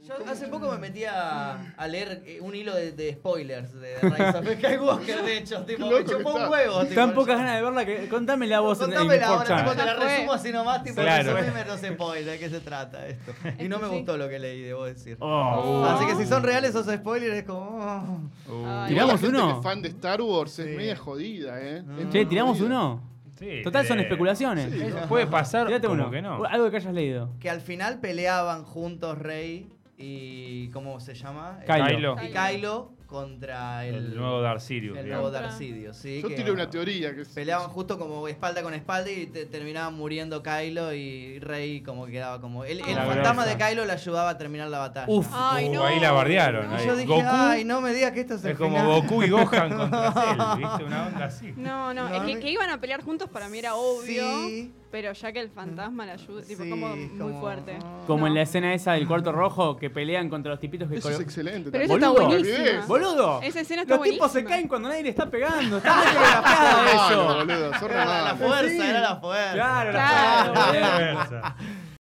Yo hace poco me metí a, a leer eh, un hilo de, de spoilers de Rise of Skywalker, de hecho. Tipo, me loco que chupó un está. huevo. tipo, Tan yo- pocas ganas de verla que. Contámela vos en- en Contámela ahora, 4chan. tipo, te la Ya fue. resumo así nomás, tipo, Claro. resumime los spoilers, ¿de qué se trata esto? Y no me sí. gustó lo que leí, debo decir. Oh, Así que si son reales esos spoilers, es como... oh. Ay, ¿Tiramos la gente uno? que es fan de Star Wars Sí. es media jodida, ¿eh? No. Es Che, muy ¿tiramos jodida. uno? Sí, Total, son eh, especulaciones. Sí. Puede pasar. Tírate como uno. que no. Algo que hayas leído. Que al final peleaban juntos Rey y... ¿Cómo se llama? Kylo. Kylo. Y Kylo contra el... El nuevo Darth Sirius. el nuevo digamos. Darth Sidious, sí. Yo que- tiré una teoría que es- Peleaban justo como espalda con espalda y te- terminaban muriendo Kylo y Rey como que quedaba como... El, el La fantasma Ah, grosa. de Kylo le ayudaba a terminar la batalla. Uf. Ay, Uh, no. Ahí la bardearon. No. ahí. Yo dije, Goku ay, no me digas que esto es, el es como final". Goku y Gohan contra Cell, ¿viste? Una onda así. No, no, No, es que, no- que iban a pelear juntos para mí era obvio. Sí. Pero ya que el fantasma la ayuda, tipo, Sí, como muy como- fuerte. Como No. en la escena esa del cuarto rojo que pelean contra los tipitos que Eso es colo- excelente. Pero eso también. está Boludo. buenísimo. ¡Boludo! Esa escena está Los tipos se buenísima. caen cuando nadie le está pegando. Está muy coreografiado Ah, no, eso. boludo, son re Era la malos. fuerza, Sí. era la fuerza. Claro, Claro. claro. Reversa.